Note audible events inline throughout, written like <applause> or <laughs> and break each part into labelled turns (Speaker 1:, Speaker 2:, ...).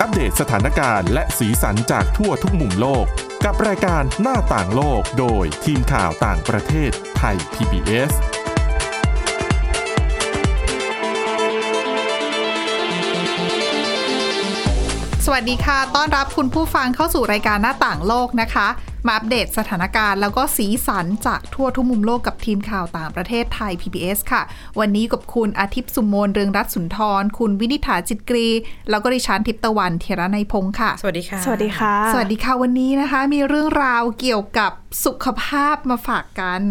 Speaker 1: อัปเดตสถานการณ์และสีสันจากทั่วทุกมุมโลก กับรายการหน้าต่างโลกโดยทีมข่าวต่างประเทศไทย PBS
Speaker 2: สวัสดีค่ะ ต้อนรับคุณผู้ฟังเข้าสู่รายการหน้าต่างโลกนะคะ มาอัปเดตสถานการณ์แล้วก็สีสันจากทั่วทุกมุมโลกกับทีมข่าวต่างประเทศไทย PBS ค่ะ วันนี้กับคุณอาทิตย์สุมนเรืองรัตน์สุนทร คุณวินิษฐาจิตกรี แล้วก็ดิฉันทิพย์ตะวันเทระในยพงค์ค่ะ
Speaker 3: สวัสดีค่ะ
Speaker 4: สวัสดีค่ะ
Speaker 2: สวัสดีค่ะวันนี้นะคะ มีเรื่องราวเกี่ยวกับสุขภาพมาฝากกัน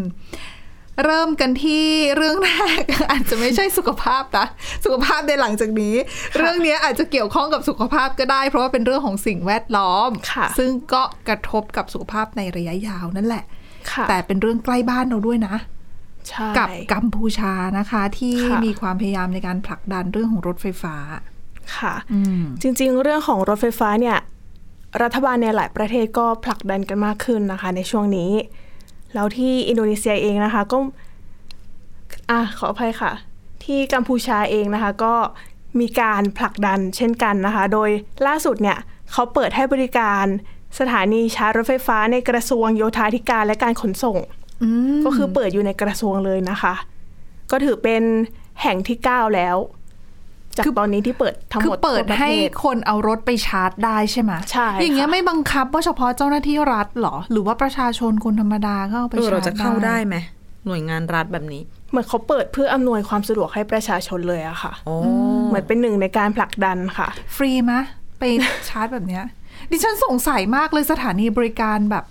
Speaker 2: เริ่มกันที่เรื่องแรก <laughs> อาจจะไม่ใช่สุขภาพนะสุขภาพในหลังจากนี้ เรื่องนี้อาจจะเกี่ยวข้องกับสุขภาพก็ได้ เพราะว่าเป็นเรื่องของสิ่งแวดล้อม
Speaker 4: ค่ะ
Speaker 2: ซึ่งก็กระทบกับสุขภาพในระยะยาวนั่นแหละ
Speaker 4: ค่ะ
Speaker 2: แต่เป็นเรื่องใกล้บ้านเราด้วยนะ
Speaker 4: ใช่
Speaker 2: กับกัมพูชานะคะ ที่
Speaker 4: ค่ะ
Speaker 2: มีความพยายามในการผลักดันเรื่องของรถไฟฟ้า
Speaker 4: ค่ะ
Speaker 2: อืม
Speaker 4: จริงๆ เรื่องของรถไฟฟ้าเนี่ย รัฐบาลในหลายประเทศก็ผลักดันกันมากขึ้นนะคะ ในช่วงนี้ แล้วที่อินโดนีเซียเองนะคะก็อ่ะขออภัยค่ะ ที่กัมพูชาเองนะคะก็มีการผลักดันเช่นกันนะคะ โดยล่าสุดเนี่ยเขาเปิดให้บริการสถานีชาร์จรถไฟฟ้าในกระทรวงโยธาธิการและการขนส่ง
Speaker 2: อืม
Speaker 4: ก็คือเปิดอยู่ในกระทรวงเลยนะคะ ก็ถือเป็นแห่งที่ 9 แล้ว จาก
Speaker 2: คือ
Speaker 4: ตอนนี้ที่เปิดทั้ง
Speaker 2: คื
Speaker 4: ห
Speaker 2: อ
Speaker 4: มด
Speaker 2: เปิด
Speaker 4: ทั่วประ
Speaker 2: ให้
Speaker 4: ทศ
Speaker 2: คนเอารถไปชาร์จได้ใช่ไหม
Speaker 4: ใช่
Speaker 2: อย่างเงี้ย
Speaker 4: ค่ะ
Speaker 2: ไม่บังคับว่าเฉพาะเจ้าหน้าที่รัฐเหรอ หรือว่าประชาชนคนธรรมดาก็เอาไป
Speaker 3: เออ
Speaker 2: ชาร์จ
Speaker 3: เราจะเข้าได้ไหมหน่วยงานรัฐแบบนี้
Speaker 4: เหมือนเขาเปิดเพื่ออำนวยความสะดวกให้ประชาชนเลยอะค่ะ
Speaker 3: โอ้
Speaker 4: เหมือนเป็นหนึ่งในการผลักดันค่ะ
Speaker 2: ฟรีไหมไปชาร์จแบบเนี้ย ดิฉันสงสัยมากเลยสถานีบริการแบบ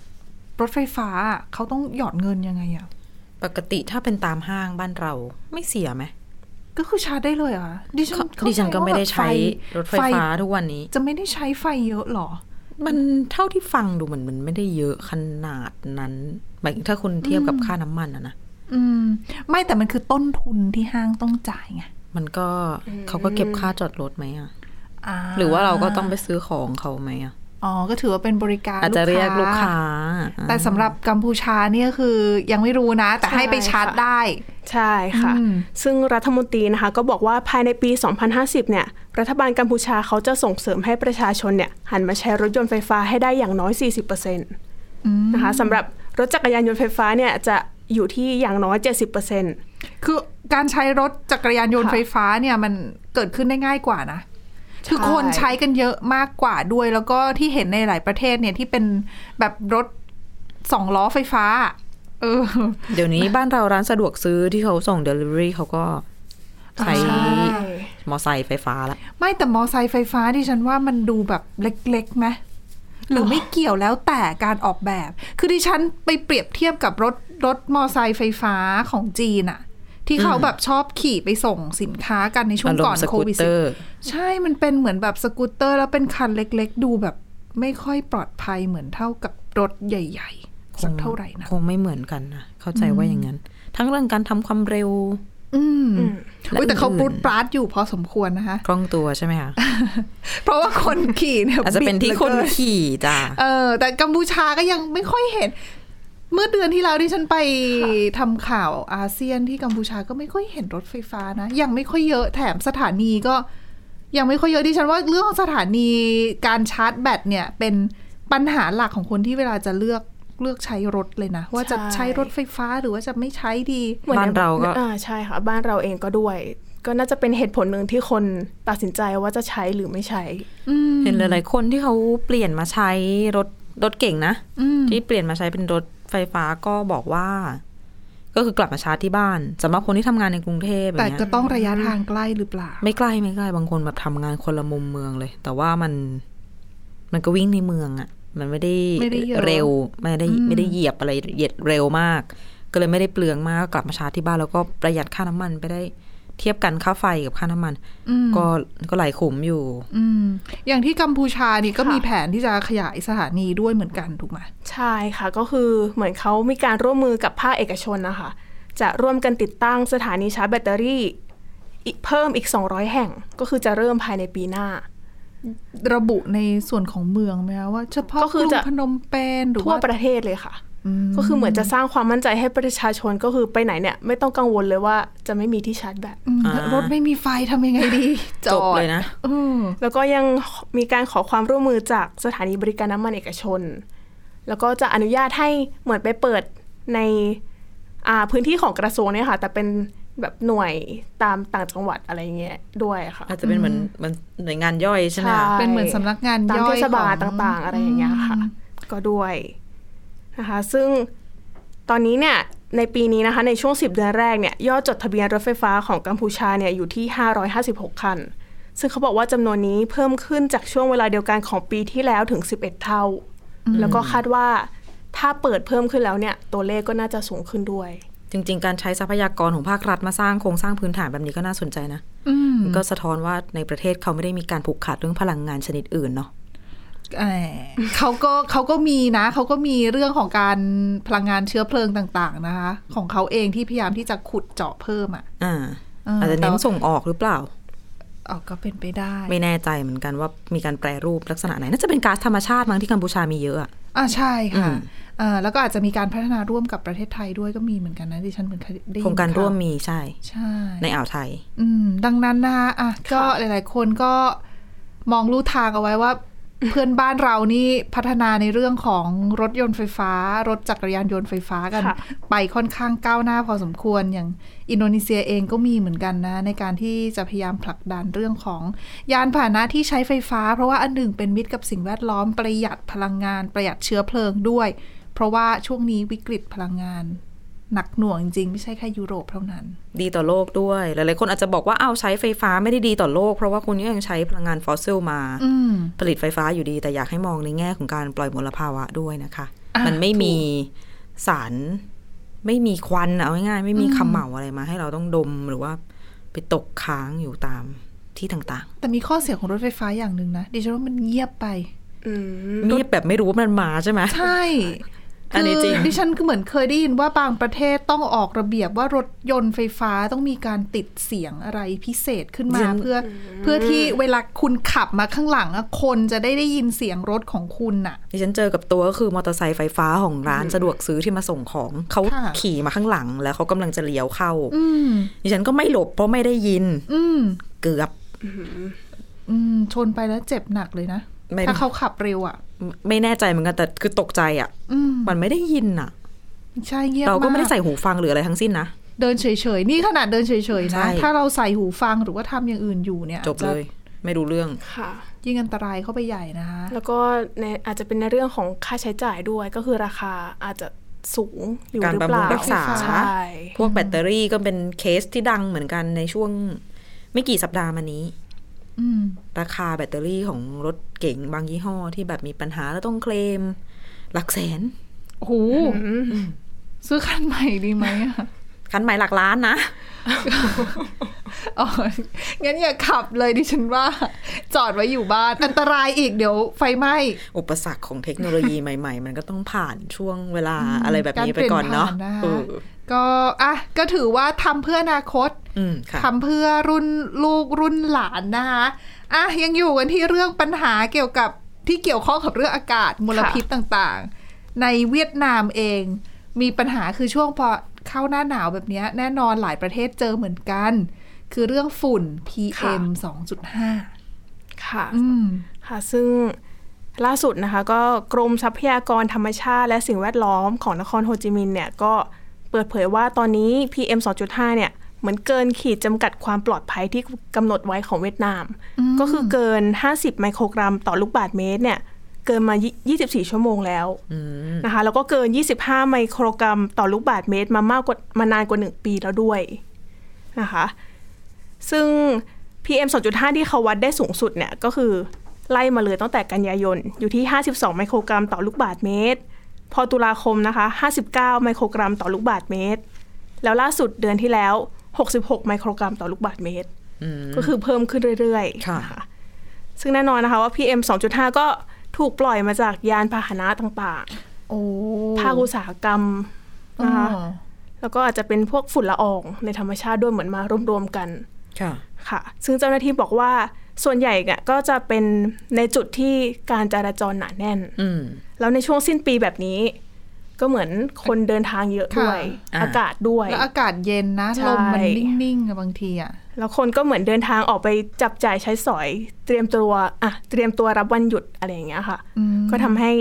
Speaker 2: รถไฟฟ้าอะเขาต้องหยอดเงินยังไงอะ
Speaker 3: ปกติถ้าเป็นตามห้างบ้านเราไม่เสียไหม
Speaker 2: ก็คือชาร์จได้เลยเหรอ่ะดิฉันเข้าใจ
Speaker 3: ดิฉันก็ไม่ได้ใช้ร
Speaker 2: ว่แบ
Speaker 3: ถ
Speaker 2: บ
Speaker 3: ไฟฟ้าทุกวันนี้
Speaker 2: จะไม่ได้ใช้ไฟเยอะเหรอ
Speaker 3: มันเท่าที่ฟังดูเหมือนมันไม่ได้เยอะขนาดนั้นหมายถึงถ้าคุณเทียบกับค่าน้ำมันอะนะ
Speaker 2: อืม ไม่แต่มันคือต้นทุนที่ห้างต้องจ่ายไง
Speaker 3: มันก็เขาก็เก็บค่าจอดรถไหมอ่ะ
Speaker 2: า
Speaker 3: หรือว่าเราก็ต้องไปซื้อของเขาไหมอ่ะ
Speaker 2: อ๋อก็ถือว่าเป็นบริการ
Speaker 3: อาจจะเรียกลูก
Speaker 2: า
Speaker 3: ค้า
Speaker 2: แต่สำหรับกัมพูชาเนี่ยคือยังไม่รู้นะ แต่
Speaker 4: ใช่
Speaker 2: ให้ไปชาร์จ
Speaker 4: ค่ะ
Speaker 2: ได้
Speaker 4: ใช่ค่ะ
Speaker 2: อืม
Speaker 4: ซึ่งรัฐมนตรีนะคะก็บอกว่าภายในปี 2050 เนี่ย รัฐบาลกัมพูชาเขาจะส่งเสริมให้ประชาชนเนี่ยหันมาใช้รถยนต์ไฟฟ้าให้ได้อย่างน้อย 40%นะคะสำหรับรถจักรยานยนต์ไฟฟ้าเนี่ยจะอยู่ที่อย่างน้อย 70%
Speaker 2: คือการใช้รถจักรยานยนต์
Speaker 4: ค่ะ
Speaker 2: ไฟฟ้าเนี่ยมันเกิดขึ้นได้ง่ายกว่านะ คือคนใช้กันเยอะมากกว่าด้วย แล้วก็ที่เห็นในหลายประเทศเนี่ยที่เป็นแบบรถสองล้อไฟฟ้า เออ
Speaker 3: เดี๋ยวนี้บ้านเราร้านสะดวกซื้อที่เขาส่ง Delivery เขาก็ใช้
Speaker 4: ใช่
Speaker 3: มอไซค์ไฟฟ้าละ
Speaker 2: ไม่แต่มอไซค์ไฟฟ้าที่ฉันว่ามันดูแบบเล็กๆไหมหรือไม่เกี่ยวแล้วแต่การออกแบบ คือดิฉันไปเปรียบเทียบกับรถรถมอไซค์ไฟฟ้าของจีนอะที่เขาแบบชอบขี่ไปส่งสินค้ากันในช่วงก่อน
Speaker 3: อารมณ์
Speaker 2: โควิด
Speaker 3: สกูตเตอร์
Speaker 2: 19ใช่มันเป็นเหมือนแบบสกูตเตอร์แล้วเป็นคันเล็กๆ ดูแบบไม่ค่อยปลอดภัยเหมือนเท่ากับรถใหญ่ๆ สักเท่าไหร่นะ
Speaker 3: คงไม่เหมือนกันนะ เข้าใจว่าอย่างนั้น ทั้งเรื่องการทำความเร็ว
Speaker 2: อืม
Speaker 4: อืม
Speaker 2: อุ๊ยแต่เขา
Speaker 3: และอื่น
Speaker 2: ปรุดปราดอยู่พอสมควรนะคะ
Speaker 3: กล้องตัวใช่ไหมคะ
Speaker 2: <laughs> เพราะว่าคนขี่เนี่ย
Speaker 3: อาจจะเป็นที่
Speaker 2: บิดห
Speaker 3: ค
Speaker 2: ลือนกิ
Speaker 3: ขี่จ้ะ
Speaker 2: เออแต่กัมพูชาก็ยังไม่ค่อยเห็น เมื่อเดือนที่แล้วที่ฉันไปทำข่าวอาเซียนที่กัมพูชาก็ไม่ค่อยเห็นรถไฟฟ้านะ ยังไม่ค่อยเยอะแถมสถานีก็ ยังไม่ค่อยเยอะดิฉันว่าเรื่องของสถานีการชาร์จแบตเนี่ย เป็นปัญหาหลักของคนที่เวลาจะเลือกเลือกใช้รถเลยนะ ว่าจะใช้รถไฟฟ้าหรือว่าจะไม่ใช้ดี
Speaker 4: หมือ
Speaker 3: บ้านเราก็
Speaker 4: อ่าใช่ค่ะ บ้านเราเองก็ด้วย ก็น่าจะเป็นเหตุผลหนึ่งที่คนตัดสินใจว่าจะใช้หรือไม่ใช้
Speaker 3: เห็นหลายๆคนที่เขาเปลี่ยนมาใช้รถรถเก่งนะ ที่เปลี่ยนมาใช้เป็นรถไฟฟ้าก็บอกว่า ก็คือกลับมาชาร์จที่บ้านสำหรับคนที่ทำงานในกรุงเทพแบบ
Speaker 2: แต่
Speaker 3: เนี้
Speaker 2: ก็
Speaker 3: ย
Speaker 2: ต้องระยะทางใกล้หรือเปล่า
Speaker 3: ไม่ใกล้ไม่ใกล้บางคนแบบทำงานคนละมุมเมืองเลย แต่ว่ามัน มันก็วิ่งในเมืองอะ่ะ มันไม่ได้
Speaker 2: ไม่ได้เยอะ
Speaker 3: เร็วไม่ได้ไม่ได้เหยียบอะไรเหยียดเร็วมาก ก็เลยไม่ได้เปลืองมากก็กลับมาชาร์จที่บ้านแล้วก็ประหยัดค่าน้ำมันไปได้เทียบกันค่าไฟกับค่าน้ำมัน ก็ก็หลายขุมอยู่
Speaker 2: อืม อย่างที่กัมพูชานี่ก็
Speaker 4: ค่ะ
Speaker 2: มีแผนที่จะขยายสถานีด้วยเหมือนกันถูกไหม
Speaker 4: ใช่ค่ะ ก็คือเหมือนเขามีการร่วมมือกับภาคเอกชนนะคะ จะร่วมกันติดตั้งสถานีชาร์จแบตเตอรี่ อีกเพิ่มอีก 200 แห่ง ก็คือจะเริ่มภายในปีหน้า
Speaker 2: ระบุในส่วนของเมืองไหมคะว่าเฉพาะ
Speaker 4: ก็
Speaker 2: ก
Speaker 4: คือ
Speaker 2: รุง
Speaker 4: จะ
Speaker 2: พนมเปญหรือ
Speaker 4: ทั่ว
Speaker 2: ว่า
Speaker 4: ประเทศเลยค่ะ
Speaker 2: อ
Speaker 4: ก็คือเหมือนจะสร้างความมั่นใจให้ประชาชนก็คือไปไหนเนี่ย ไม่ต้องกังวลเลยว่าจะไม่มีที่ชาร์จแบต
Speaker 2: อืม
Speaker 3: อ่าร
Speaker 2: รถไม่มีไฟทำยังไงดี
Speaker 3: จบ
Speaker 2: อด
Speaker 3: เลยนะ
Speaker 2: อืม
Speaker 4: แล้วก็ยังมีการขอความร่วมมือจากสถานีบริการน้ำมันเอกชน แล้วก็จะอนุญาตให้เหมือนไปเปิดในอ่าพื้นที่ของกระทรวงเนี่ยค่ะ แต่เป็นแบบหน่วยตามต่างจังหวัดอะไรอย่างเงี้ยด้วยค่ะ
Speaker 3: อาจจะเป็นเหมือนเหมือนหน่วยงานย่อยใช่ไหมคะ
Speaker 4: ใช่
Speaker 2: เป็นเหมือนสำนักงาน
Speaker 4: ตาม
Speaker 2: ย่อ
Speaker 4: เท
Speaker 2: ย
Speaker 4: ศบาล
Speaker 2: ข
Speaker 4: ต
Speaker 2: อ
Speaker 4: ่างๆ อะไรอย่างเงี้ยค่ะ ก็ด้วยนะคะ ซึ่งตอนนี้เนี่ยในปีนี้นะคะ ในช่วง 10 เดือนแรกเนี่ยยอดจดทะเบียนรถไฟฟ้าของกัมพูชาเนี่ยอยู่ที่ 556 คัน ซึ่งเขาบอกว่าจำนวนนี้เพิ่มขึ้นจากช่วงเวลาเดียวกันของปีที่แล้วถึง 11 เท่า แล้วก็คาดว่าถ้าเปิดเพิ่มขึ้นแล้วเนี่ย ตัวเลขก็น่าจะสูงขึ้นด้วย
Speaker 3: จริง ๆ การใช้ทรัพยากรของภาครัฐมาสร้างโครงสร้างพื้นฐานแบบนี้ก็น่าสนใจนะ
Speaker 2: อืม
Speaker 3: นก็สะท้อนว่าในประเทศเขาไม่ได้มีการผูกขาดเรื่องพลังงานชนิดอื่นเนาะ
Speaker 2: เอ่อเขาก็เขาก็มีนะ เขาก็มีเรื่องของการพลังงานเชื้อเพลิงต่าง ๆ นะคะ ของเขาเองที่พยายามที่จะขุดเจาะเพิ่มอ่ะ
Speaker 3: อ่า
Speaker 2: เอออ
Speaker 3: อาจจะเน้น
Speaker 2: แต่ว่า
Speaker 3: ส่งออกหรือเปล่า
Speaker 2: ออกก็เป็นไปได้
Speaker 3: ไม่แน่ใจเหมือนกันว่ามีการแปรรูปลักษณะไหน น่าจะเป็นก๊าซธรรมชาติมั้งที่กัมพูชามีเยอะอะ
Speaker 2: อ่าใช่ค่ะ
Speaker 3: อืม
Speaker 2: เอ่อแล้วก็อาจจะมีการพัฒนาร่วมกับประเทศไทยด้วยก็มีเหมือนกันนะดิฉันเหมือนเคยได้ยิน
Speaker 3: โครงการ
Speaker 2: ข่
Speaker 3: ร่วมมีใช่
Speaker 2: ใช่
Speaker 3: ในอ่าวไทย
Speaker 2: อืมดังนั้นนะคะอ่ะก็หลาย ๆ คนก็มองลู่ทางเอาไว้ว่า เพื่อนบ้านเรานี่พัฒนาในเรื่องของรถยนต์ไฟฟ้า รถจักรยานยนต์ไฟฟ้ากัน
Speaker 4: ค่ะ
Speaker 2: ไปค่อนข้างก้าวหน้าพอสมควรอย่างอินโดนีเซียเองก็มีเหมือนกันนะ ในการที่จะพยายามผลักดันเรื่องของยานพาหนะที่ใช้ไฟฟ้า เพราะว่าอันหนึ่งเป็นมิตรกับสิ่งแวดล้อมประหยัดพลังงานประหยัดเชื้อเพลิงด้วย เพราะว่าช่วงนี้วิกฤตพลังงาน หนักหน่วงจริงๆ ไม่ใช่แค่ยุโรปเท่านั้น
Speaker 3: ดีต่อโลกด้วย หลายๆคนอาจจะบอกว่าอ้าวใช้ไฟฟ้าไม่ได้ดีต่อโลก เพราะว่าคุณก็ยังใช้พลังงานฟอสซิลมา
Speaker 2: อืม
Speaker 3: ผลิตไฟฟ้าอยู่ดี แต่อยากให้มองในแง่ของการปล่อยมลภาวะด้วยนะคะ
Speaker 2: อ่ะ
Speaker 3: มันไม่มีสารไม่มีควันอะเอาง่ายๆไม่มีคำเหมาอะไรมา ให้เราต้องดมหรือว่าไปตกค้างอยู่ตามที่ต่าง
Speaker 2: แต่มีข้อเสียของรถไฟฟ้าอย่างหนึ่งนะดิฉันว่ามันเงียบไป
Speaker 4: อืม
Speaker 3: ๆเงียบแบบไม่รู้ว่ามันมาใช่ไหม
Speaker 2: ใช่
Speaker 3: อันนี้
Speaker 2: คื
Speaker 3: จริง
Speaker 2: ดิฉันก็เหมือนเคยได้ยินว่าบางประเทศต้องออกระเบียบว่ารถยนต์ไฟฟ้าต้องมีการติดเสียงอะไรพิเศษขึ้นมาเพื่อเพื่อที่เวลาคุณขับมาข้างหลังอะคนจะได้ได้ยินเสียงรถของคุณน่ะ
Speaker 3: ดิฉันเจอกับตัวก็คือมอเตอร์ไซค์ไฟฟ้าของร้านสะดวกซื้อที่มาส่งของเขา
Speaker 2: ค่ะ
Speaker 3: ขี่มาข้างหลังแล้วเขากำลังจะเลี้ยวเข้า
Speaker 2: อืม
Speaker 3: ดิฉันก็ไม่หลบเพราะไม่ได้ยิน
Speaker 2: อืม
Speaker 3: เกือบ
Speaker 2: อืม ชนไปแล้วเจ็บหนักเลยนะ
Speaker 3: ไม่
Speaker 2: ถ้าเขาขับเร็วอ่ะ
Speaker 3: ไม่แน่ใจเหมือนกันแต่คือตกใจอ่ะ
Speaker 2: อืม
Speaker 3: มันไม่ได้ยินอ่ะ
Speaker 2: ใช่เงียบมาก
Speaker 3: เราก็ไม่ได้ใส่หูฟังหรืออะไรทั้งสิ้นนะ
Speaker 2: เดินเฉยๆ นี่ขนาดเดินเฉยๆ
Speaker 3: ใช่
Speaker 2: นะ ถ้าเราใส่หูฟังหรือว่าทำอย่างอื่นอยู่เนี่ย
Speaker 3: จบเลย ไม่รู้เรื่อง
Speaker 4: ค่ะ
Speaker 2: ยิ่งอันตรายเข้าไปใหญ่นะคะ
Speaker 4: แล้วก็ในอาจจะเป็นในเรื่องของค่าใช้จ่ายด้วยก็คือราคาอาจจะสูงอยู่
Speaker 3: การ
Speaker 4: หรือเป
Speaker 3: บำรุ
Speaker 4: ล่าง
Speaker 3: รักษา
Speaker 4: ใช่
Speaker 3: พวกแบตเตอรี่ก็เป็นเคสที่ดังเหมือนกันในช่วง ไม่กี่สัปดาห์มานี้
Speaker 2: อืม
Speaker 3: ราคาแบตเตอรี่ของรถเก๋งบางยี่ห้อที่แบบมีปัญหาแล้วต้องเคลม หลักแสน
Speaker 2: โอ้โหซื้อคันใหม่ดีไหมอะ
Speaker 3: <laughs> คันใหม่หลักล้านนะ
Speaker 2: อ๋อ งั้นอย่าขับเลยดิฉันว่า จอดไว้อยู่บ้าน อันตรายอีกเดี๋ยวไฟไหม้
Speaker 3: อุปสรรคของเทคโนโลยีใหม่ ๆ มันก็ต้องผ่านช่วงเวลาอะไรแบบนี้ไปก่อนเนาะ
Speaker 2: รปลี่ยผ่
Speaker 3: เออ
Speaker 2: คก็อ่ะก็ถือว่าทำเพื่ออนาคต
Speaker 3: อืมค่ะ
Speaker 2: ทำเพื่อรุ่นลูกรุ่นหลานนะคะอ่ะยังอยู่กันที่เรื่องปัญหาเกี่ยวกับที่เกี่ยวข้องกับเรื่องอากาศมลพิษต่างๆ ในเวียดนามเอง มีปัญหาคือช่วงพอเข้าหน้าหนาวแบบเนี้ยแน่นอนหลายประเทศเจอเหมือนกัน คือเรื่องฝุ่น PM 2.5
Speaker 4: ค่ะ
Speaker 2: อืม
Speaker 4: ค่ะ ซึ่งล่าสุดนะคะก็กรมทรัพยากรธรรมชาติและสิ่งแวดล้อมของนครโฮจิมินห์เนี่ยก็เปิดเผยว่าตอนนี้ PM 2.5 เนี่ย เหมือนเกินขีดจำกัดความปลอดภัยที่กำหนดไว้ของเวียดนาม ก็คือเกิน 50 ไมโครกรัมต่อลูกบาศก์เมตรเนี่ย เกินมา 24 ชั่วโมงแล้วนะคะ แล้วก็เกิน 25 ไมโครกรัมต่อลูกบาศก์เมตร มามากกว่ามานานกว่า 1 ปีแล้วด้วยนะคะ ซึ่ง PM 2.5 ที่เขาวัดได้สูงสุดเนี่ยก็คือไล่มาเลยตั้งแต่กันยายน อยู่ที่ 52 ไมโครกรัมต่อลูกบาศก์เมตร พอตุลาคมนะคะ 59 ไมโครกรัมต่อลูกบาศก์เมตร แล้วล่าสุดเดือนที่แล้ว 66 ไมโครกรัมต่อลูกบาศก์เมตร ก็คือเพิ่มขึ้นเรื่อยๆ
Speaker 3: ค่ะ
Speaker 4: นซึ่งแน่นอนนะคะว่า PM 2.5 ก็ถูกปล่อยมาจากยานพาหนะต่าง
Speaker 2: โอ้
Speaker 4: ๆ ภาคอุตสาหกรรม
Speaker 2: อ๋อ
Speaker 4: นะคะ แล้วก็อาจจะเป็นพวกฝุ่นละอองในธรรมชาติด้วยเหมือนมารวมๆกัน
Speaker 3: ค่ะ
Speaker 4: ค่ะ ซึ่งเจ้าหน้าที่บอกว่าส่วนใหญ่เนี่ยก็จะเป็นในจุดที่การจราจรหนาแน่น
Speaker 3: อืม
Speaker 4: แล้วในช่วงสิ้นปีแบบนี้ ก็เหมือนคนเดินทางเยอะด้วย
Speaker 3: ค่ะ
Speaker 4: อากาศด้วย
Speaker 2: แล้วอากาศเย็นนะ
Speaker 4: ใช่
Speaker 2: ลมมันนิ่งๆอะบางทีอะ
Speaker 4: แล้วคนก็เหมือนเดินทางออกไปจับจ่ายใช้สอย เตรียมตัวอ่ะเตรียมตัวรับวันหยุดอะไรอย่างเงี้ยค่ะ
Speaker 2: อืม
Speaker 4: ก็ทำให้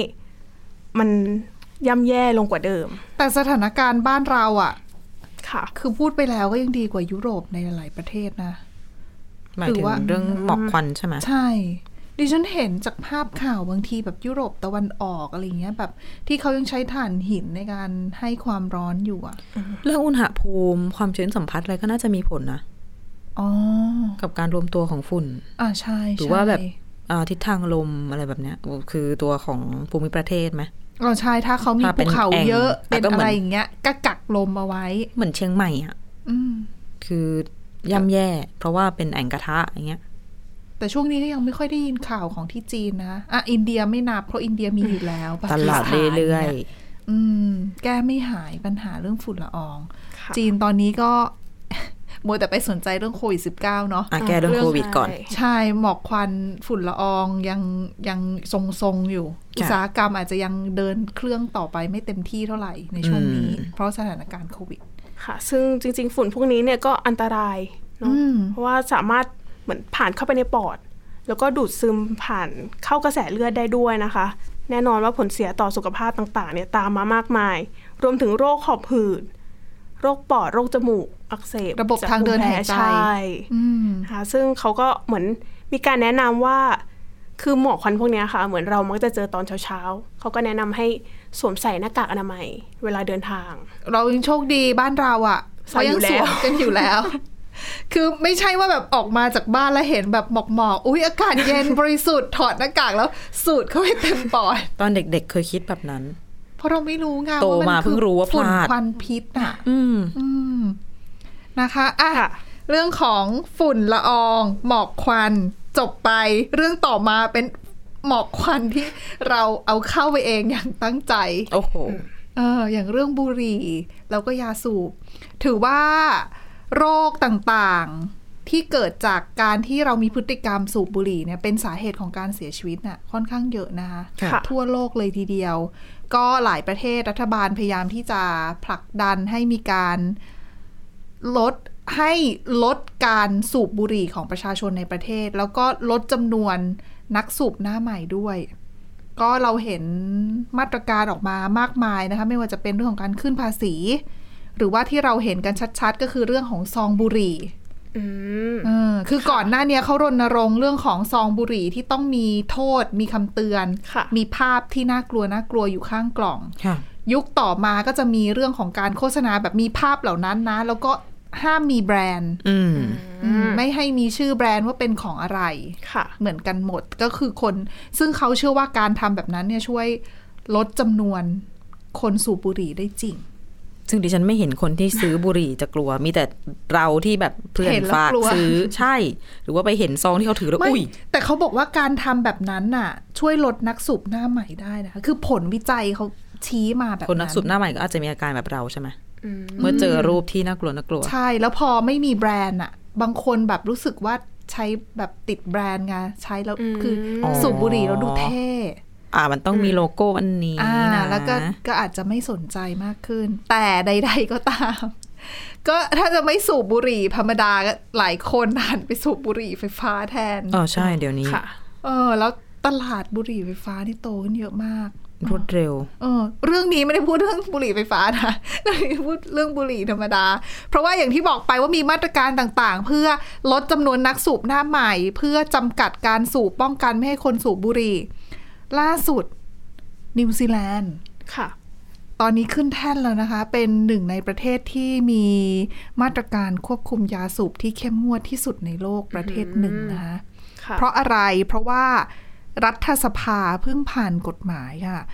Speaker 4: มันย่ำแย่ลงกว่าเดิม
Speaker 2: แต่สถานการณ์บ้านเราอะ
Speaker 4: ค่ะ
Speaker 2: คือพูดไปแล้วก็ยังดีกว่ายุโรปในหลายๆประเทศนะ
Speaker 3: หมาย
Speaker 2: หรื
Speaker 3: ถึ
Speaker 2: อง ว่า
Speaker 3: เรื่องหมอกควันใช่ไหม
Speaker 2: ใช่ ดิฉันเห็นจากภาพข่าวบางทีแบบยุโรปตะวันออกอะไรเงี้ยแบบ ที่เขายังใช้ถ่านหินในการให้ความร้อนอยู่อะ
Speaker 3: เรื่องอุณหภูมิความชื้นสัมผัสอะไรก็น่าจะมีผลนะ
Speaker 2: อ๋อ
Speaker 3: กับการรวมตัวของฝุ่น
Speaker 2: อ่าใช่
Speaker 3: หรือว่าแบบ
Speaker 2: ใช่
Speaker 3: อ่าทิศทางลมอะไรแบบเนี้ยคือตัวของภูมิประเทศไหม
Speaker 2: อ๋อใช่ถ้าเขามี
Speaker 3: ถ้าเป็
Speaker 2: ภู
Speaker 3: น
Speaker 2: เขาเยอะ
Speaker 3: แอ่
Speaker 2: เป็
Speaker 3: ง
Speaker 2: น
Speaker 3: แล้ว
Speaker 2: อะ
Speaker 3: ก็เหมือน
Speaker 2: ไรอย่างเงี้ยก็กักลมเอาไว้
Speaker 3: เหมือนเชียงใหม่อ่ะ
Speaker 2: อืม
Speaker 3: คือย่ำแย่ เพราะว่าเป็นแอ่งกระทะอย่างเงี้ย
Speaker 2: แต่ช่วงนี้ก็ยังไม่ค่อยได้ยินข่าวของที่จีนนะ อ่ะ อินเดียไม่นับเพราะอินเดียมีอยู่แล้วป
Speaker 3: ต
Speaker 2: กีสถาน
Speaker 3: ลาดเรื่อย
Speaker 2: นี่อืม แก้ไม่หายปัญหาเรื่องฝุ่นละออง
Speaker 4: ค่ะ
Speaker 2: จีนตอนนี้ก็ <laughs> มัวแต่ไปสนใจเรื่องโควิดสิบเก้าเนาะ
Speaker 3: ๆอ่ะแก้เรื่องโควิดก่อน
Speaker 4: ใช่
Speaker 2: ใช่ หมอกควันฝุ่นละอองยังยังทรงๆอยู่ อุตสาหกรรมอาจจะยังเดินเครื่องต่อไปไม่เต็มที่เท่าไหร่ในช่วงนี้
Speaker 3: อืม
Speaker 2: เพราะสถานการณ์โควิด
Speaker 4: ค่ะ ซึ่งจริง ๆ ฝุ่นพวกนี้เนี่ยก็อันตรายเนาะ
Speaker 2: อืม
Speaker 4: เพราะว่าสามารถเหมือนผ่านเข้าไปในปอด แล้วก็ดูดซึมผ่านเข้ากระแสเลือดได้ด้วยนะคะ แน่นอนว่าผลเสียต่อสุขภาพต่างๆ เนี่ยตามมามากมาย รวมถึงโรคขอบหืดโรคปอดโรคจมูก อักเสบ
Speaker 2: ระบบทางเดินหายใจ
Speaker 4: ใช่
Speaker 2: อืม
Speaker 4: ค่ะซึ่งเขาก็เหมือนมีการแนะนำว่าคือหมอกควันพวกเนี้ยค่ะ เหมือนเรามักจะเจอตอนเช้าๆเขาก็แนะนำให้สวมใส่หน้ากากอนามัย เวลาเดินทาง
Speaker 2: เรายังโชคดีบ้านเราอะ
Speaker 4: ใส่
Speaker 2: เขายัง
Speaker 4: อยู่
Speaker 2: สว
Speaker 4: แล้
Speaker 2: ม
Speaker 4: ว
Speaker 2: กันอยู่แล้ว
Speaker 3: <laughs>
Speaker 2: คือไม่ใช่ว่าแบบออกมาจากบ้านแล้วเห็นแบบหมอกหมอกๆอุ๊ย อากาศเย็น บริสุทธิ์ถอดหน้ากากแล้ว สูดเข้าไปเต็มปอด
Speaker 3: ตอนเด็กๆเคยคิดแบบนั้น
Speaker 2: เพราะเราไม่รู้ไง
Speaker 3: โต
Speaker 2: ว่
Speaker 3: มา
Speaker 2: มัน
Speaker 3: เพิ่
Speaker 2: คื
Speaker 3: งรู้ว่าพลา
Speaker 2: ฝุ่
Speaker 3: ด
Speaker 2: นควันพิษอะ
Speaker 3: อืม
Speaker 2: อืมนะคะอ่ะ
Speaker 4: ค่ะ
Speaker 2: เรื่องของฝุ่นละออง หมอกควันจบไป เรื่องต่อมาเป็นหมอกควันที่เราเอาเข้าไปเองอย่างตั้งใจ
Speaker 3: โอ้โห
Speaker 2: เอออย่างเรื่องบุหรี่แล้วก็ยาสูบ ถือว่าโรคต่างๆที่เกิดจากการที่เรามีพฤติกรรมสูบบุหรี่เนี่ยเป็นสาเหตุของการเสียชีวิตน่ะค่อนข้างเยอะนะคะ
Speaker 4: ค่ะ
Speaker 2: ทั่วโลกเลยทีเดียว ก็หลายประเทศรัฐบาลพยายามที่จะผลักดันให้มีการลดให้ลดการสูบบุหรี่ของประชาชนในประเทศ แล้วก็ลดจำนวนนักสูบหน้าใหม่ด้วย ก็เราเห็นมาตรการออกมามากมายนะคะ ไม่ว่าจะเป็นเรื่องของการขึ้นภาษี หรือว่าที่เราเห็นกันชัดๆ ก็คือเรื่องของซองบุหรี่
Speaker 4: อืม
Speaker 2: เออคือก่อนหน้าเนี้ยเขารณรงค์เรื่องของซองบุหรี่ที่ต้องมีโทษ มีคำเตือน
Speaker 4: ค่ะ
Speaker 2: มีภาพที่น่ากลัวน่ากลัวอยู่ข้างกล่อง
Speaker 3: ค่ะ
Speaker 2: ยุคต่อมาก็จะมีเรื่องของการโฆษณาแบบมีภาพเหล่านั้นนะ แล้วก็ห้ามมีแบรนด์
Speaker 3: อืม
Speaker 2: อืมไม่ให้มีชื่อแบรนด์ว่าเป็นของอะไร
Speaker 4: ค่ะ
Speaker 2: เหมือนกันหมดก็คือคน ซึ่งเขาเชื่อว่าการทำแบบนั้นเนี่ยช่วยลดจำนวนคนสูบบุหรี่ได้จริง
Speaker 3: ซึ่งดิฉันไม่เห็นคนที่ซื้อบุหรี่จะกลัว มีแต่เราที่แบบเพื่อน
Speaker 2: เห็นแล้ว
Speaker 3: ฝาก
Speaker 2: กลัว
Speaker 3: ซื้อ ใช่ หรือว่าไปเห็นซองที่เขาถือแล้ว
Speaker 2: ไม่
Speaker 3: อุ้ย
Speaker 2: แต่เขาบอกว่าการทำแบบนั้นน่ะ ช่วยลดนักสูบหน้าใหม่ได้นะคะคือผลวิจัยเขาชี้มาแบบ
Speaker 3: คนนักสูบหน้าใหม่ก็อาจจะมีอาการแบบเราใช่ไหม
Speaker 4: อืม
Speaker 3: เมื่อเจอรูปที่น่ากลัวน่ากลัว
Speaker 2: ใช่แล้วพอไม่มีแบรนด์อ่ะ บางคนแบบรู้สึกว่าใช้แบบติดแบรนด์ไงใช้แล้ว
Speaker 4: อืม
Speaker 2: คือสูบบุหรี่แล้วดูเท่
Speaker 3: อ่ามันต้องมีโลโก้อันนี้
Speaker 2: อ่า
Speaker 3: นะ
Speaker 2: แล้วก็ก็อาจจะไม่สนใจมากขึ้น แต่ <laughs> ใด ๆก็ตาม <laughs> ก็ถ้าจะไม่สูบบุหรี่ธรรมดาก็หลายคนหันไปสูบบุหรี่ไฟฟ้าแทน
Speaker 3: อ๋อใช่เดี๋ยวนี้
Speaker 4: ค่ะ
Speaker 2: เออ แล้วตลาดบุหรี่ไฟฟ้านี่โตขึ้นเยอะมาก
Speaker 3: รวดเร็ว
Speaker 2: เออเรื่องนี้ไม่ได้พูดเรื่องบุหรี่ไฟฟ้านะ <laughs> พูดเรื่องบุหรี่ธรรมดา เพราะว่าอย่างที่บอกไปว่ามีมาตรการต่างๆ เพื่อลดจำนวนนักสูบหน้าใหม่ เพื่อจำกัดการสูบป้องกันไม่ให้คนสูบบุหรี่ ล่าสุดนิวซีแลนด์
Speaker 4: ค่ะ
Speaker 2: ตอนนี้ขึ้นแท่นแล้วนะคะ เป็นหนึ่งในประเทศที่มีมาตรการควบคุมยาสูบที่เข้มงวดที่สุดในโลกประเทศหนึ่งนะคะ
Speaker 4: ค่ะ
Speaker 2: เพราะอะไรเพราะว่ารัฐสภาเพิ่งผ่านกฎหมายค่ะ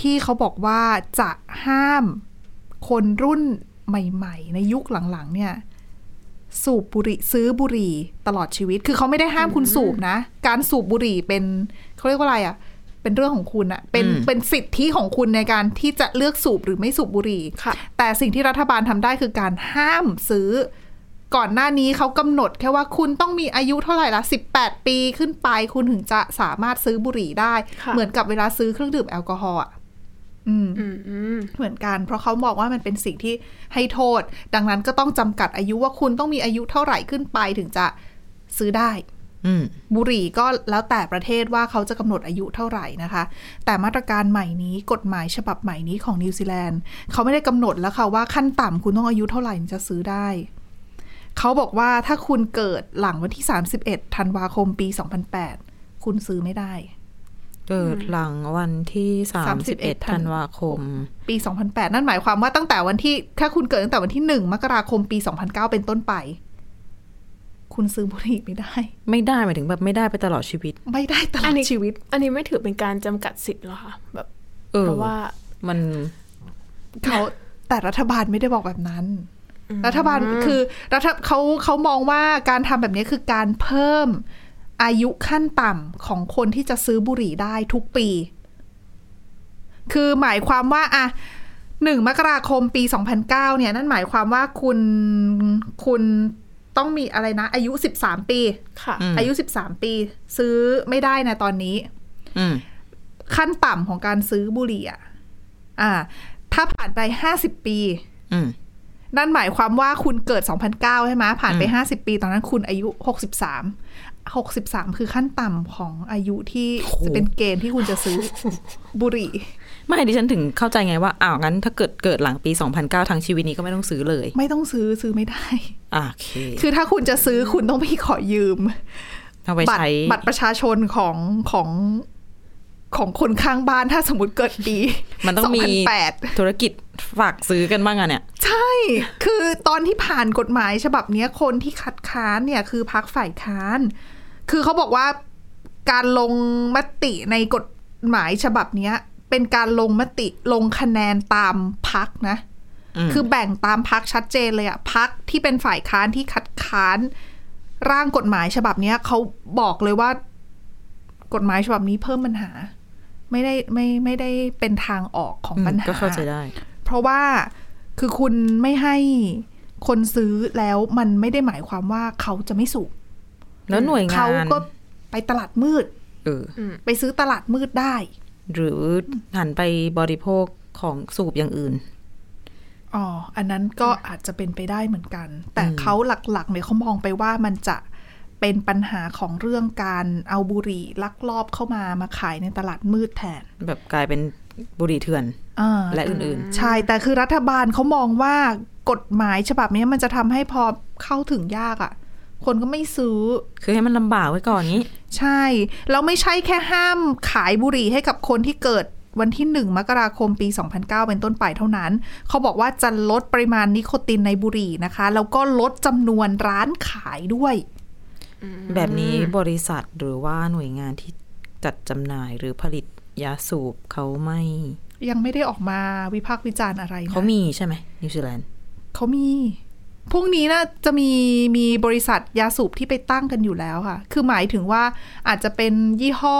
Speaker 2: ที่เขาบอกว่าจะห้ามคนรุ่นใหม่ๆ ในยุคหลังๆ เนี่ย สูบบุหรี่ซื้อบุหรี่ตลอดชีวิต คือเขาไม่ได้ห้ามคุณสูบนะ การสูบบุหรี่เป็นเขาเรียกว่าอะไรอะ่ะ เป็นเรื่องของคุณอะเป็น
Speaker 3: อืม
Speaker 2: เป็นสิทธิของคุณในการที่จะเลือกสูบหรือไม่สูบบุหรี่
Speaker 4: ค่ะ
Speaker 2: แต่สิ่งที่รัฐบาลทำได้คือการห้ามซื้อ ก่อนหน้านี้เขากำหนดแค่ว่าคุณต้องมีอายุเท่าไหร่ละ18 ปีขึ้นไปคุณถึงจะสามารถซื้อบุหรี่ได้
Speaker 4: ค่ะ
Speaker 2: เหมือนกับเวลาซื้อเครื่องดื่มแอลกอฮอล์อะ อืม
Speaker 4: อืม
Speaker 2: เหมือนกัน เพราะเขาบอกว่ามันเป็นสิ่งที่ให้โทษ ดังนั้นก็ต้องจำกัดอายุว่าคุณต้องมีอายุเท่าไหร่ขึ้นไปถึงจะซื้อได้
Speaker 3: อืม
Speaker 2: บุหรี่ก็แล้วแต่ประเทศว่าเขาจะกำหนดอายุเท่าไหร่นะคะ แต่มาตรการใหม่นี้กฎหมายฉบับใหม่นี้ของนิวซีแลนด์เขาไม่ได้กำหนดแล้วค่ะว่าขั้นต่ำคุณต้องอายุเท่าไหร่ถึงจะซื้อได้ เขาบอกว่าถ้าคุณเกิดหลังวันที่ 31ธันวาคมปี 2008 คุณซื้อไม่ได้
Speaker 3: เกิดหลังวันที่สามสิบเอ็ด
Speaker 2: 31
Speaker 3: ธันวาคม
Speaker 2: ปี 2008 นั่นหมายความว่าตั้งแต่วันที่ ถ้าคุณเกิดตั้งแต่วันที่ 1 มกราคมปี 2009 เป็นต้นไป คุณซื้อบุหรี่ไม่ได้
Speaker 3: ไม่ได้หมายถึงแบบไม่ได้ไปตลอดชีวิต
Speaker 2: ไม่ได้ตล
Speaker 4: อั
Speaker 2: อน ด
Speaker 4: นี้
Speaker 2: ชีวิต
Speaker 4: อันนี้ไม่ถือเป็นการจำกัดสิทธิ์เหรอคะแบบ
Speaker 3: เออ
Speaker 4: เพราะว่า
Speaker 3: มัน
Speaker 2: เขาแต่รัฐบาลไม่ได้บอกแบบนั้น รัฐบาลคือรัฐเขาเขามองว่าการทำแบบนี้คือการเพิ่มอายุขั้นต่ำของคนที่จะซื้อบุหรี่ได้ทุกปี คือหมายความว่าอะหนึ่งมกราคมปี 2009เนี่ยนั่นหมายความว่าคุณคุณต้องมีอะไรนะ อายุ 13 ปี
Speaker 4: ค่ะ
Speaker 3: อืม
Speaker 2: อายุ 13 ปี ซื้อไม่ได้นะตอนนี้
Speaker 3: อืม
Speaker 2: ขั้นต่ำของการซื้อบุหรี่อะอ่า ถ้าผ่านไป 50 ปี
Speaker 3: อืม
Speaker 2: นั่นหมายความว่าคุณเกิด 2009 ใช่ไหมผ่านไป
Speaker 3: อืม
Speaker 2: 50 ปี ตอนนั้นคุณอายุ 63 63 คือขั้นต่ำของอายุที่จะเป็นเกณฑ์ที่คุณจะซื้อ <laughs> บุหรี่
Speaker 3: ไม่ดิฉันถึงเข้าใจไงว่าอ้าวงั้นถ้าเกิดเกิดหลังปี 2009 ทั้งชีวิตนี้ก็ไม่ต้องซื้อเลย
Speaker 2: ไม่ต้องซื้อซื้อไม่ได้
Speaker 3: อ่ะโอเค
Speaker 2: คือถ้าคุณจะซื้อคุณต้องไปขอยืม
Speaker 3: เอาไป
Speaker 2: บัตร
Speaker 3: ใช้
Speaker 2: บัตรประชาชนของของของคนข้างบ้านถ้าสมมติเกิดปี
Speaker 3: มันต้องมี
Speaker 2: 2008
Speaker 3: ธุรกิจฝากซื้อกันบ้างอะเนี่ย
Speaker 2: ใช่ คือตอนที่ผ่านกฎหมายฉบับเนี้ยคนที่คัดค้านเนี่ยคือพักฝ่ายค้าน คือเขาบอกว่าการลงมติในกฎหมายฉบับเนี้ย เป็นการลงมติลงคะแนนตามพักนะ
Speaker 3: อืม
Speaker 2: คือแบ่งตามพักชัดเจนเลยอะพักที่เป็นฝ่ายค้านที่คัดค้าน ร่างกฎหมายฉบับเนี้ยเขาบอกเลยว่ากฎหมายฉบับนี้เพิ่มปัญหา ไม่ได้ไม่ไม่ได้เป็นทางออกของ
Speaker 3: อืม
Speaker 2: ปัญหา
Speaker 3: ก็เข้าใจได้
Speaker 2: เพราะว่าคือคุณไม่ให้คนซื้อแล้วมันไม่ได้หมายความว่าเขาจะไม่สูบ
Speaker 3: แล้วหน่วยงา
Speaker 2: เขา
Speaker 3: น
Speaker 2: ก็ไปตลาดมืด
Speaker 3: เออ
Speaker 2: ไปซื้อตลาดมืดได้
Speaker 3: หรือหันไปบริโภคของสูบอย่างอื่น
Speaker 2: อ๋ออันนั้นก็อาจจะเป็นไปได้เหมือนกัน แต่
Speaker 3: อืม
Speaker 2: เขาหลักๆเนี่ยเขามองไปว่ามันจะเป็นปัญหาของเรื่องการเอาบุหรี่ลักลอบเข้ามามาขายในตลาดมืดแทน
Speaker 3: แบบกลายเป็นบุหรี่เถื่อน
Speaker 2: อ่า
Speaker 3: และอื่น
Speaker 2: ใช่ แต่คือรัฐบาลเขามองว่ากฎหมายฉบับนี้มันจะทำให้พอเข้าถึงยากอะ่ะ คนก็ไม่ซื้อ
Speaker 3: ๆ คือให้มันลำบากไว้ก่อนนี้
Speaker 2: ใช่แล้วไม่ใช่แค่ห้ามขายบุหรี่ให้กับคนที่เกิดวันที่ 1 มกราคมปี 2009 เป็นต้นไปเท่านั้น เขาบอกว่าจะลดปริมาณนิโคตินในบุหรี่นะคะ แล้วก็ลดจำนวนร้านขายด้วย
Speaker 3: แบบนี้บริษัทหรือว่าหน่วยงานที่จัดจำหน่ายหรือผลิตยาสูบเขาไม่
Speaker 2: ยังไม่ได้ออกมาวิพากษ์วิจารณ์อะไรนะ
Speaker 3: เขามีใช่ไหมนิวซีแลนด์
Speaker 2: เขามีพรุ่งนี้น่าจะมีมีบริษัทยาสูบที่ไปตั้งกันอยู่แล้วค่ะ คือหมายถึงว่าอาจจะเป็นยี่ห้อ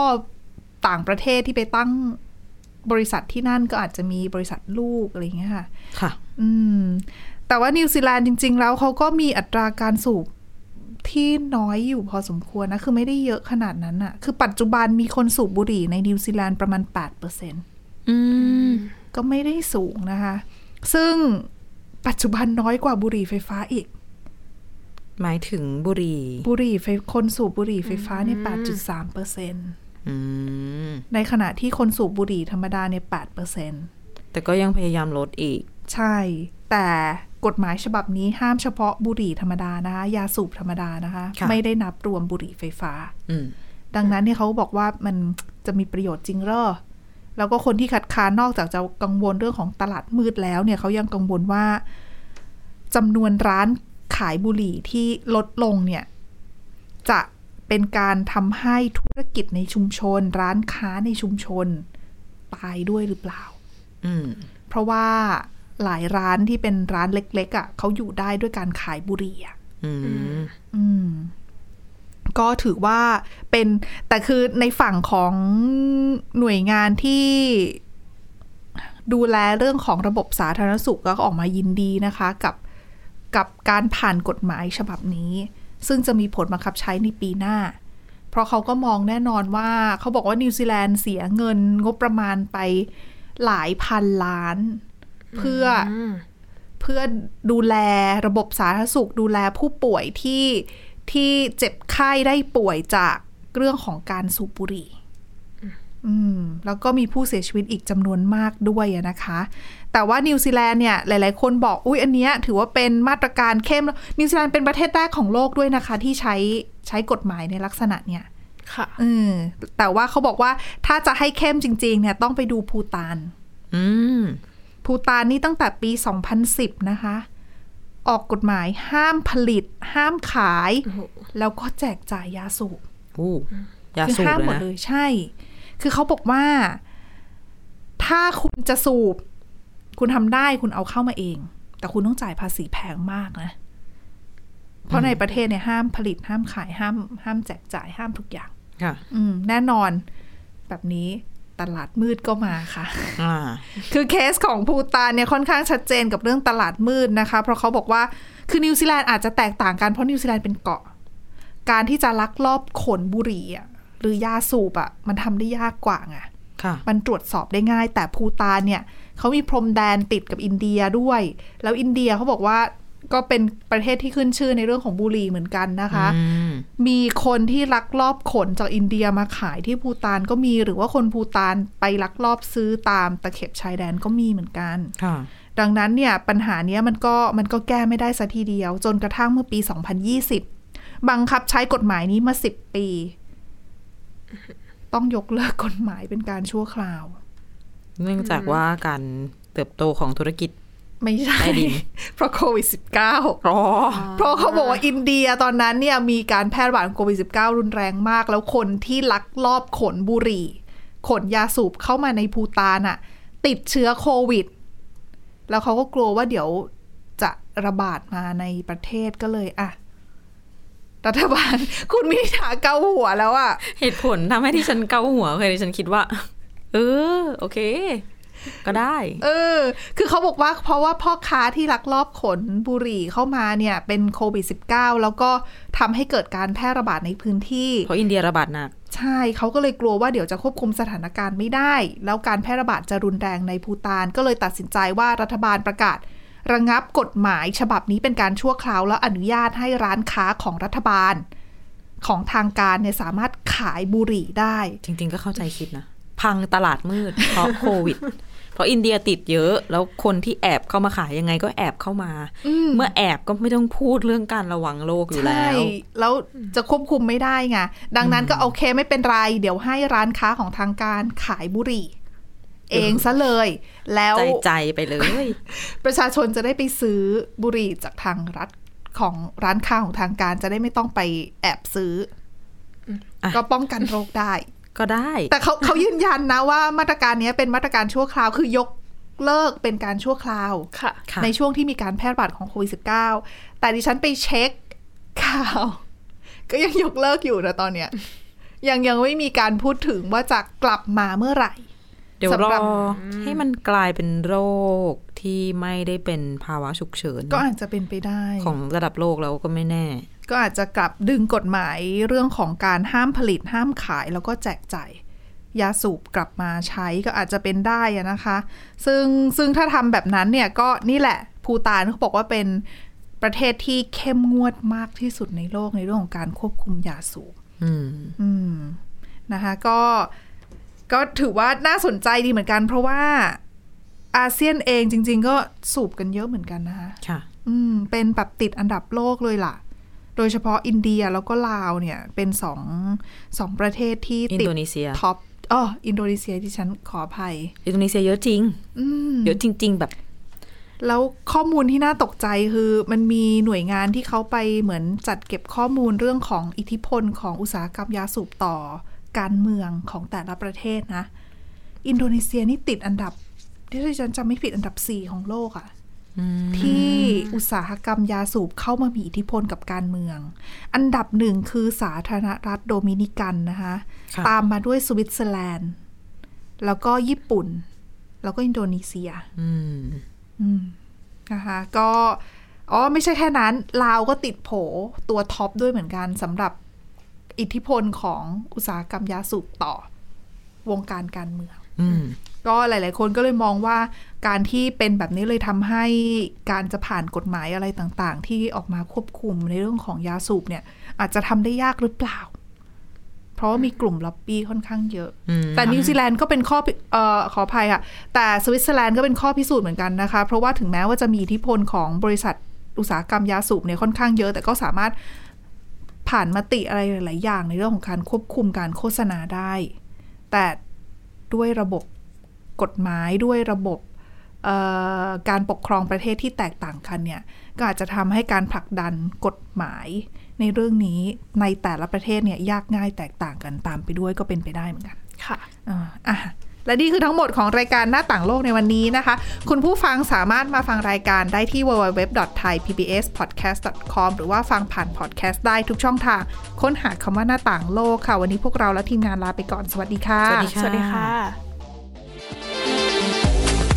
Speaker 2: ต่างประเทศที่ไปตั้งบริษัทที่นั่นก็อาจจะมีบริษัทลูกอะไรอย่างเงี้ยค่ะ
Speaker 3: ค่ะ
Speaker 2: อืม แต่ว่านิวซีแลนด์จริง ๆ แล้วเขาก็มีอัตราการสูบที่น้อยอยู่พอสมควรนะ คือไม่ได้เยอะขนาดนั้นอะคือปัจจุบันมีคนสูบบุหรี่ในนิวซีแลนด์ประมาณ 8%
Speaker 3: อืม
Speaker 2: ก็ไม่ได้สูงนะคะ ซึ่งปัจจุบันน้อยกว่าบุหรี่ไฟฟ้าอีก
Speaker 3: หมายถึงบุหรี่
Speaker 2: บุหรี่ไฟคนสูบบุหรี่ไฟฟ้าเนี่ย8.3%
Speaker 3: อืม
Speaker 2: ในขณะที่คนสูบบุหรี่ธรรมดาเนี่ย8%
Speaker 3: แต่ก็ยังพยายามลดอีก
Speaker 2: ใช่ แต่กฎหมายฉบับนี้ห้ามเฉพาะบุหรี่ธรรมดานะคะ ยาสูบธรรมดานะคะ
Speaker 3: ค่ะ
Speaker 2: ไม่ได้นับรวมบุหรี่ไฟฟ้า
Speaker 3: อืม
Speaker 2: ดังนั้นเนี่ยเขาบอกว่ามันจะมีประโยชน์จริงเหรอ แล้วก็คนที่คัดค้านนอกจากจะกังวลเรื่องของตลาดมืดแล้วเนี่ยเขายังกังวลว่าจำนวนร้านขายบุหรี่ที่ลดลงเนี่ย จะเป็นการทำให้ธุรกิจในชุมชน ร้านค้าในชุมชนตายด้วยหรือเปล่า
Speaker 3: อืม
Speaker 2: เพราะว่าหลายร้านที่เป็นร้านเล็ก ๆอะ่ะเขาอยู่ได้ด้วยการขายบุหรี่อ่ะ
Speaker 3: อืม
Speaker 2: อืม ก็ถือว่าเป็นแต่คือในฝั่งของหน่วยงานที่ดูแลเรื่องของระบบสาธารณสุขก็ออกมายินดีนะคะ กับกับการผ่านกฎหมายฉบับนี้ ซึ่งจะมีผลบังคับใช้ในปีหน้า เพราะเขาก็มองแน่นอนว่าเขาบอกว่านิวซีแลนด์เสียเงินงบประมาณไป หลายพันล้าน เพื่ออ
Speaker 3: ม
Speaker 2: เพื่อดูแลระบบสาธารณสุขดูแลผู้ป่วยที่ที่เจ็บไข้ได้ป่วยจากเรื่องของการสูบบุหรี่ อืมแล้วก็มีผู้เสียชีวิตอีกจำนวนมากด้วยอะนะคะ แต่ว่านิวซีแลนด์เนี่ยหลาย ๆ คนบอกอุ้ยอันเนี้ยถือว่าเป็นมาตรการเข้มแล้วนิวซีแลนด์เป็นประเทศแรกของโลกด้วยนะคะ ที่ใช้ใช้กฎหมายในลักษณะเนี่ย
Speaker 4: ค่ะ
Speaker 2: เออแต่ว่าเขาบอกว่าถ้าจะให้เข้มจริง ๆ เนี่ยต้องไปดูภูตาน
Speaker 3: อืม
Speaker 2: ภูตานนี่ตั้งแต่ปี 2010 นะคะ ออกกฎหมายห้ามผลิต ห้ามขาย แล้วก็แจกจ่ายยาสูบ
Speaker 3: อู้ยา
Speaker 2: คื
Speaker 3: สูบ
Speaker 2: ห้ามห
Speaker 3: เล
Speaker 2: มด
Speaker 3: ยนะ
Speaker 2: เลยใช่ คือเขาบอกว่า ถ้าคุณจะสูบ คุณทำได้คุณเอาเข้ามาเอง แต่คุณต้องจ่ายภาษีแพงมากนะ เพราะในประเทศเนี่ยห้ามผลิตห้ามขายห้าม ห้ามแจกจ่ายห้ามทุกอย่าง
Speaker 3: ค่ะ
Speaker 2: อืมแน่นอนแบบนี้ตลาดมืดก็มาค่ะ
Speaker 3: อ่า
Speaker 2: คือเคสของภูตานเนี่ยค่อนข้างชัดเจนกับเรื่องตลาดมืดนะคะ เพราะเขาบอกว่าคือนิวซีแลนด์อาจจะแตกต่างกันเพราะนิวซีแลนด์เป็นเกาะ การที่จะลักลอบขนบุหรี่อะหรือยาสูบอะมันทำได้ยากกว่าไง
Speaker 3: ค่ะ
Speaker 2: มันตรวจสอบได้ง่าย แต่ภูตานเนี่ยเขามีพรมแดนติดกับอินเดียด้วย แล้วอินเดียเขาบอกว่าก็เป็นประเทศที่ขึ้นชื่อในเรื่องของบุหรี่เหมือนกันนะคะ
Speaker 3: อืม
Speaker 2: มีคนที่ลักลอบขนจากอินเดียมาขายที่ภูตานก็มีหรือว่าคนภูตานไปลักลอบซื้อตามตะเข็บชายแดนก็มีเหมือนกัน
Speaker 3: ค่ะ
Speaker 2: ดังนั้นเนี่ยปัญหาเนี้ยมันก็มันก็แก้ไม่ได้สัทีเดียว จนกระทั่งเมื่อปี 2020 บังคับใช้กฎหมายนี้มา 10 ปี ต้องยกเลิกกฎหมายเป็นการชั่วคราว
Speaker 3: เนื่องจากว่าการเติบโตของธุรกิจ
Speaker 2: ไม่ใช่
Speaker 3: ไม่ดี
Speaker 2: เพราะโควิด -19
Speaker 3: รอ
Speaker 2: เพราะเขาบอกว่าอินเดียตอนนั้นเนี่ยมีการแพร่ระบาดของโควิด -19 รุนแรงมาก แล้วคนที่ลักลอบขนบุหรี่ ขนยาสูบเข้ามาในภูตานอะติดเชื้อโควิด แล้วเขาก็กลัวว่าเดี๋ยวจะระบาดมาในประเทศก็เลยอะรัฐบาล คุณมินิถาเกาหัวแล้วอะ
Speaker 3: <laughs> เหตุผลทำให้ที่ฉันเกาหัวเคยที่ฉันคิดว่า เออ โอเค ก็ได้
Speaker 2: เออ คือเขาบอกว่าเพราะว่าพ่อค้าที่ลักลอบขนบุหรี่เข้ามาเนี่ย เป็นโควิด -19 แล้วก็ทำให้เกิดการแพร่ระบาดในพื้นที่
Speaker 3: เพราะอินเดียระบาดหนัก
Speaker 2: ใช่เขาก็เลยกลัวว่าเดี๋ยวจะควบคุมสถานการณ์ไม่ได้ แล้วการแพร่ระบาดจะรุนแรงในภูตาน ก็เลยตัดสินใจว่ารัฐบาลประกาศ ระงับกฎหมายฉบับนี้เป็นการชั่วคราว แล้วอนุญาตให้ร้านค้าของรัฐบาล ของทางการเนี่ยสามารถขายบุหรี่ได้
Speaker 3: จริง ๆ ก็เข้าใจคิดนะ พังตลาดมืด เพราะโควิด <laughs> เพราะอินเดียติดเยอะ แล้วคนที่แอบเข้ามาขายยังไงก็แอบเข้ามา เมื่อแอบก็ไม่ต้องพูดเรื่องการระวังโรคอยู่แล้
Speaker 2: ใช่
Speaker 3: ว
Speaker 2: แล้วจะควบคุมไม่ได้ไง ดังนั้นก็โอเคไม่เป็นไร เดี๋ยวให้ร้านค้าของทางการขายบุหรี่ เองซะเลย แล้ว
Speaker 3: ใจใจๆไปเลย <laughs>
Speaker 2: ประชาชนจะได้ไปซื้อบุหรี่จากทางรัฐของร้านค้าของทางการจะได้ไม่ต้องไปแอบซื้ออ
Speaker 3: ม
Speaker 2: ก็ป้องกันโรคได้
Speaker 3: ก็ได้
Speaker 2: แต่เขาเขายืนยันนะว่ามาตรการเนี้ยเป็นมาตรการชั่วคราวคือยกเลิกเป็นการชั่วคราว
Speaker 4: ค่ะ
Speaker 3: ค่ะ
Speaker 2: ในช่วงที่มีการแพร่ระบาดของโควิด -19 แต่ดิฉันไปเช็คข่าว ก็ยังยกเลิกอยู่นะตอนเนี้ยยังยังไม่มีการพูดถึงว่าจะกลับมาเมื่อไหร่
Speaker 3: เดี๋ยว
Speaker 2: สำ
Speaker 3: ร
Speaker 2: หรั
Speaker 3: อบ ให้มันกลายเป็นโรคที่ไม่ได้เป็นภาวะฉุกเฉิน
Speaker 2: ก็อาจจะเป็นไปได้
Speaker 3: ของระดับโลกแล้วก็ไม่แน่
Speaker 2: ก็อาจจะกลับดึงกฎหมายเรื่องของการห้ามผลิตห้ามขายแล้วก็แจกจ่ายยาสูบกลับมาใช้ก็อาจจะเป็นได้อะนะคะ ซึ่งซึ่งถ้าทำแบบนั้นเนี่ยก็นี่แหละภูตานเขาบอกว่าเป็นประเทศที่เข้มงวดมากที่สุดในโลกในเรื่องของการควบคุมยาสูบ
Speaker 3: อืม
Speaker 2: อืมนะคะก็ก็ถือว่าน่าสนใจดีเหมือนกัน เพราะว่าอาเซียนเองจริง ๆ ก็สูบกันเยอะเหมือนกันนะคะ
Speaker 3: ค่ะ
Speaker 2: อืม เป็นแบบติดอันดับโลกเลยล่ะ โดยเฉพาะอินเดียแล้วก็ลาวเนี่ย เป็นสองสองประเทศที่
Speaker 3: อิน
Speaker 2: ติด
Speaker 3: โดนีเซีย
Speaker 2: ท็อปอ๋ออินโดนีเซียที่ฉันขออภัย
Speaker 3: อินโดนีเซียเยอะจริง
Speaker 2: อืม
Speaker 3: เยอะจริง ๆ แบบ
Speaker 2: แล้วข้อมูลที่น่าตกใจคือมันมีหน่วยงานที่เขาไปเหมือนจัดเก็บข้อมูลเรื่องของอิทธิพลของอุตสาหกรรมยาสูบต่อการเมืองของแต่ละประเทศนะ อินโดนีเซียนี่ติดอันดับ ที่ดิฉันจำไม่ผิดอันดับ 4 ของโลกอะที่อุตสาหกรรมยาสูบเข้ามามีอิทธิพลกับการเมือง อันดับหนึ่งคือสาธารณรัฐโดมินิกันนะคะ
Speaker 3: ค่ะ
Speaker 2: ตามมาด้วยสวิตเซอร์แลนด์ แล้วก็ญี่ปุ่น แล้วก็อินโดนีเซีย
Speaker 3: อืม
Speaker 2: อืมนะคะก็อ๋อไม่ใช่แค่นั้น ลาวก็ติดโผตัวท็อปด้วยเหมือนกันสำหรับอิทธิพลของอุตสาหกรรมยาสูบต่อวงการการเมือง
Speaker 3: อืม
Speaker 2: ก็หลาย ๆ คนก็เลยมองว่าการที่เป็นแบบนี้เลยทำให้การจะผ่านกฎหมายอะไรต่าง ๆ ที่ออกมาควบคุมในเรื่องของยาสูบเนี่ย อาจจะทำได้ยากหรือเปล่า เพราะว่ามีกลุ่มล็อบบี้ค่อนข้างเยอะ
Speaker 3: อืม
Speaker 2: แต่นิวซีแลนด์ก็เป็นข้อพิเอ่อขออภัยค่ะ แต่สวิตเซอร์แลนด์ก็เป็นข้อพิสูจน์เหมือนกันนะคะ เพราะว่าถึงแม้ว่าจะมีอิทธิพลของบริษัทอุตสาหกรรมยาสูบเนี่ยค่อนข้างเยอะ แต่ก็สามารถผ่านมติอะไรหลาย ๆ อย่างในเรื่องของการควบคุมการโฆษณาได้ แต่ด้วยระบบกฎหมายด้วยระบบเอ่อการปกครองประเทศที่แตกต่างกันเนี่ยก็อาจจะทำให้การผลักดันกฎหมาย ในเรื่องนี้ในแต่ละประเทศเนี่ยยากง่ายแตกต่างกันตามไปด้วยก็เป็นไปได้เหมือนกัน
Speaker 4: ค่ะ
Speaker 2: อ่าอ่ะและนี่คือทั้งหมดของรายการหน้าต่างโลกในวันนี้นะคะ คุณผู้ฟังสามารถมาฟังรายการได้ที่ www.thaipbspodcast.com หรือว่าฟังผ่านพอดแคสต์ได้ทุกช่องทาง ค้นหาคำว่าหน้าต่างโลกค่ะ วันนี้พวกเราและทีมงานลาไปก่อน สวัสดีค่ะ
Speaker 3: สวัสดีค่ะ
Speaker 4: สวัสดีค่ะ